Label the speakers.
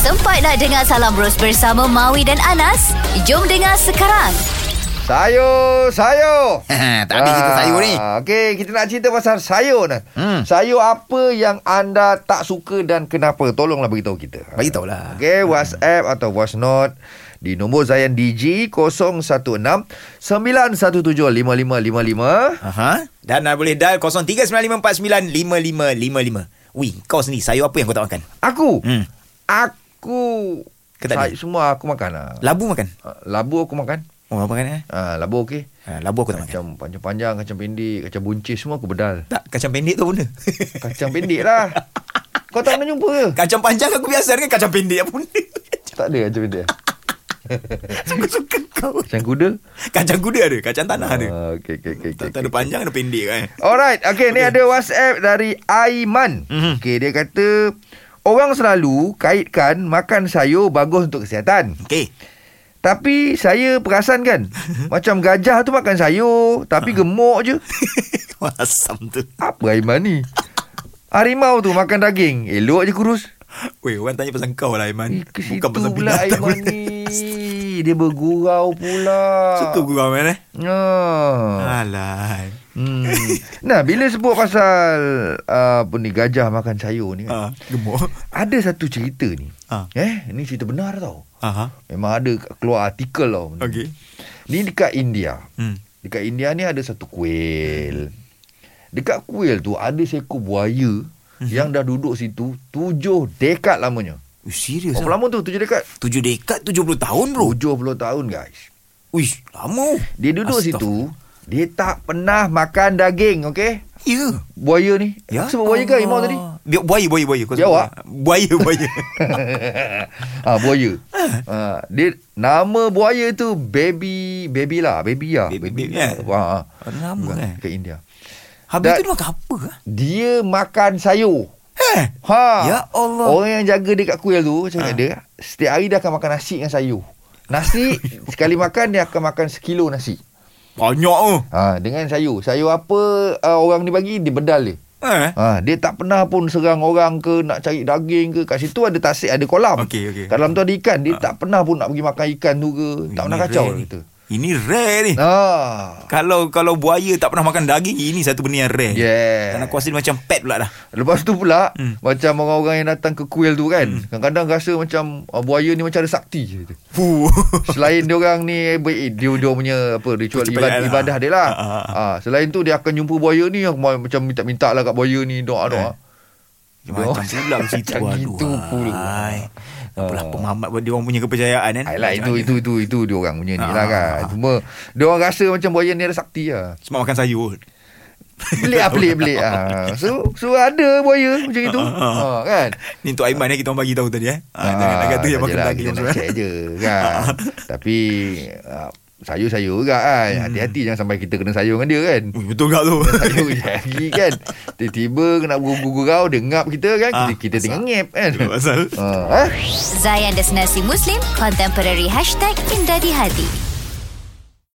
Speaker 1: Sempat nak dengar Salam Bros bersama Maui dan Anas? Jom dengar sekarang.
Speaker 2: Sayur, sayur. Ah,
Speaker 3: tak habis cerita sayur ni.
Speaker 2: Okey, kita nak cerita pasal sayur ni.
Speaker 3: Hmm.
Speaker 2: Hmm. Sayur apa yang anda tak suka dan kenapa? Tolonglah beritahu kita.
Speaker 3: Bagi tahulah.
Speaker 2: Okey, WhatsApp atau voice note di nombor Zayan DG 016 917 5555.
Speaker 3: Aha. Dan anda boleh dial 0395495555. Ui, kau sendiri sayur apa yang kau tak makan?
Speaker 2: Aku.
Speaker 3: Hmm.
Speaker 2: Aku.
Speaker 3: Ke tak
Speaker 2: Say-
Speaker 3: ada?
Speaker 2: semua aku makan lah.
Speaker 3: Labu makan?
Speaker 2: Labu aku makan.
Speaker 3: Oh, apa makan eh?
Speaker 2: Ah, labu okey.
Speaker 3: Ha, labu aku tak makan.
Speaker 2: Kacang panjang-panjang, kacang pendek, kacang buncis semua aku bedal.
Speaker 3: Tak, kacang pendek tu benda.
Speaker 2: Kacang pendek lah. Kau tak pernah jumpa ke?
Speaker 3: kacang panjang aku biasa dengan kacang pendek apa benda.
Speaker 2: Tak ada kacang pendek.
Speaker 3: Suka-suka kau.
Speaker 2: Kacang kuda?
Speaker 3: Kacang kuda ada, kacang tanah ada.
Speaker 2: Ah, okey, okey, okey.
Speaker 3: Tak,
Speaker 2: Okay,
Speaker 3: tak ada panjang, ada pendek kan.
Speaker 2: Alright, okay, ni ada WhatsApp dari Aiman.
Speaker 3: Mhm.
Speaker 2: Okay, dia kata, orang selalu kaitkan makan sayur bagus untuk kesihatan.
Speaker 3: Okey.
Speaker 2: Tapi saya perasan kan, macam gajah tu makan sayur,
Speaker 3: Ah.
Speaker 2: tapi gemuk je.
Speaker 3: Wah, Asam tu.
Speaker 2: Apa Aiman ni? Harimau tu makan daging, elok je kurus.
Speaker 3: Weh, orang tanya pasal kau lah Aiman.
Speaker 2: Eh, ke situ
Speaker 3: Bukan pasal
Speaker 2: pula
Speaker 3: binatang.
Speaker 2: Aiman
Speaker 3: benda.
Speaker 2: ni. Dia bergurau pula.
Speaker 3: Suka gurau man eh.
Speaker 2: Ah.
Speaker 3: Alah.
Speaker 2: Hmm. Nah, bila sebut pasal uh, apa ni gajah makan sayur ni kan.
Speaker 3: Ha, gemuk.
Speaker 2: Ada satu cerita ni.
Speaker 3: Ha.
Speaker 2: Eh, ni cerita benar tau.
Speaker 3: Aha.
Speaker 2: Memang ada keluar artikel tau. benda
Speaker 3: Okey.
Speaker 2: Ni dekat India.
Speaker 3: Hmm.
Speaker 2: Dekat India ni ada satu kuil. Dekat kuil tu ada seekor buaya
Speaker 3: Mhm.
Speaker 2: yang dah duduk situ tujuh dekad lamanya.
Speaker 3: Ui, serius
Speaker 2: Berapa lama tu? Tujuh dekad?
Speaker 3: Tujuh dekat tujuh puluh tahun bro.
Speaker 2: Tujuh puluh tahun guys.
Speaker 3: Ui, lama.
Speaker 2: Dia duduk situ, dia tak pernah makan daging, okey?
Speaker 3: Ya.
Speaker 2: Buaya ni. Sebab buaya ke imam tadi?
Speaker 3: Bi- Buaya, buaya, buaya. Kau
Speaker 2: Dia
Speaker 3: sebut
Speaker 2: awak?
Speaker 3: buaya. Buaya, buaya.
Speaker 2: ah buaya. Ah dia nama buaya tu baby baby lah, baby lah.
Speaker 3: Baby- baby, eh?
Speaker 2: Ha.
Speaker 3: Lama kan?
Speaker 2: Ke India.
Speaker 3: Habis
Speaker 2: Dah-
Speaker 3: tu dia makan apa? ah?
Speaker 2: Dia makan sayur.
Speaker 3: Eh.
Speaker 2: Ha.
Speaker 3: Ya Allah.
Speaker 2: Orang yang jaga dekat kuil tu cakap
Speaker 3: Ah.
Speaker 2: dia setiap hari dia akan makan nasi dengan sayur. Nasi sekali makan dia akan makan sekilo nasi.
Speaker 3: Banyak oh. tu.
Speaker 2: Ha dengan sayur. Sayur apa uh, orang ni bagi dia bedal dia.
Speaker 3: Eh.
Speaker 2: Ha, dia tak pernah pun serang orang ke nak cari daging ke. Kat situ ada tasik, ada kolam.
Speaker 3: Okey, okey.
Speaker 2: Kat dalam tu ada ikan. Dia tak pernah pun nak pergi makan ikan tu ke. Tak pernah
Speaker 3: Ini
Speaker 2: kacau
Speaker 3: rare
Speaker 2: lah
Speaker 3: ni.
Speaker 2: kita.
Speaker 3: Ini rare ni.
Speaker 2: Ha.
Speaker 3: Kalau kalau buaya tak pernah makan daging, ini satu benda yang rare.
Speaker 2: Yeah.
Speaker 3: Dan aku rasa dia macam pet pula dah.
Speaker 2: Lepas tu pula
Speaker 3: Hmm.
Speaker 2: macam orang-orang yang datang ke kuil tu kan, kadang-kadang rasa macam uh, buaya ni macam ada sakti je. tu.
Speaker 3: Fuh.
Speaker 2: Selain dia orang ni baik dia dia punya apa ritual
Speaker 3: Pencapaian
Speaker 2: ibadah,
Speaker 3: lah.
Speaker 2: ibadah dia lah.
Speaker 3: Ah, ah,
Speaker 2: Ha, selain tu dia akan jumpa buaya ni yang ma- macam minta-minta lah kat buaya ni
Speaker 3: Eh,
Speaker 2: doa-doa. Doa.
Speaker 3: Macam pula macam itu.
Speaker 2: Macam gitu pula.
Speaker 3: Apalah
Speaker 2: Ah.
Speaker 3: pemahamat dia orang punya kepercayaan kan.
Speaker 2: Ayolah Ah, itu itu itu itu dia orang punya ni
Speaker 3: Ah.
Speaker 2: lah kan. Cuma dia orang rasa macam buaya ni ada sakti lah.
Speaker 3: Sebab makan sayur.
Speaker 2: Pelik ah pelik pelik ah. So so ada buaya macam itu. Ha kan.
Speaker 3: Ni untuk Aiman eh kita orang bagi tahu tadi eh. Ha, Ah,
Speaker 2: Ah,
Speaker 3: jangan nak kata yang makan
Speaker 2: yelah,
Speaker 3: daging eh.
Speaker 2: kita
Speaker 3: macam
Speaker 2: nak
Speaker 3: mana.
Speaker 2: check je kan. Tapi ah, sayur-sayur juga kan.
Speaker 3: Hmm.
Speaker 2: Hati-hati jangan sampai kita kena sayur dengan dia kan.
Speaker 3: Ui, betul tak tu?
Speaker 2: Sayur jari kan. Tiba-tiba kena gurau-gurau dia ngap kita kan. Kita,
Speaker 3: Ah,
Speaker 2: kita tengah ngep kan.
Speaker 3: Itu Pasal
Speaker 2: Ha, eh?
Speaker 1: Zayan Destinasi Muslim Contemporary Hashtag Indah di Hati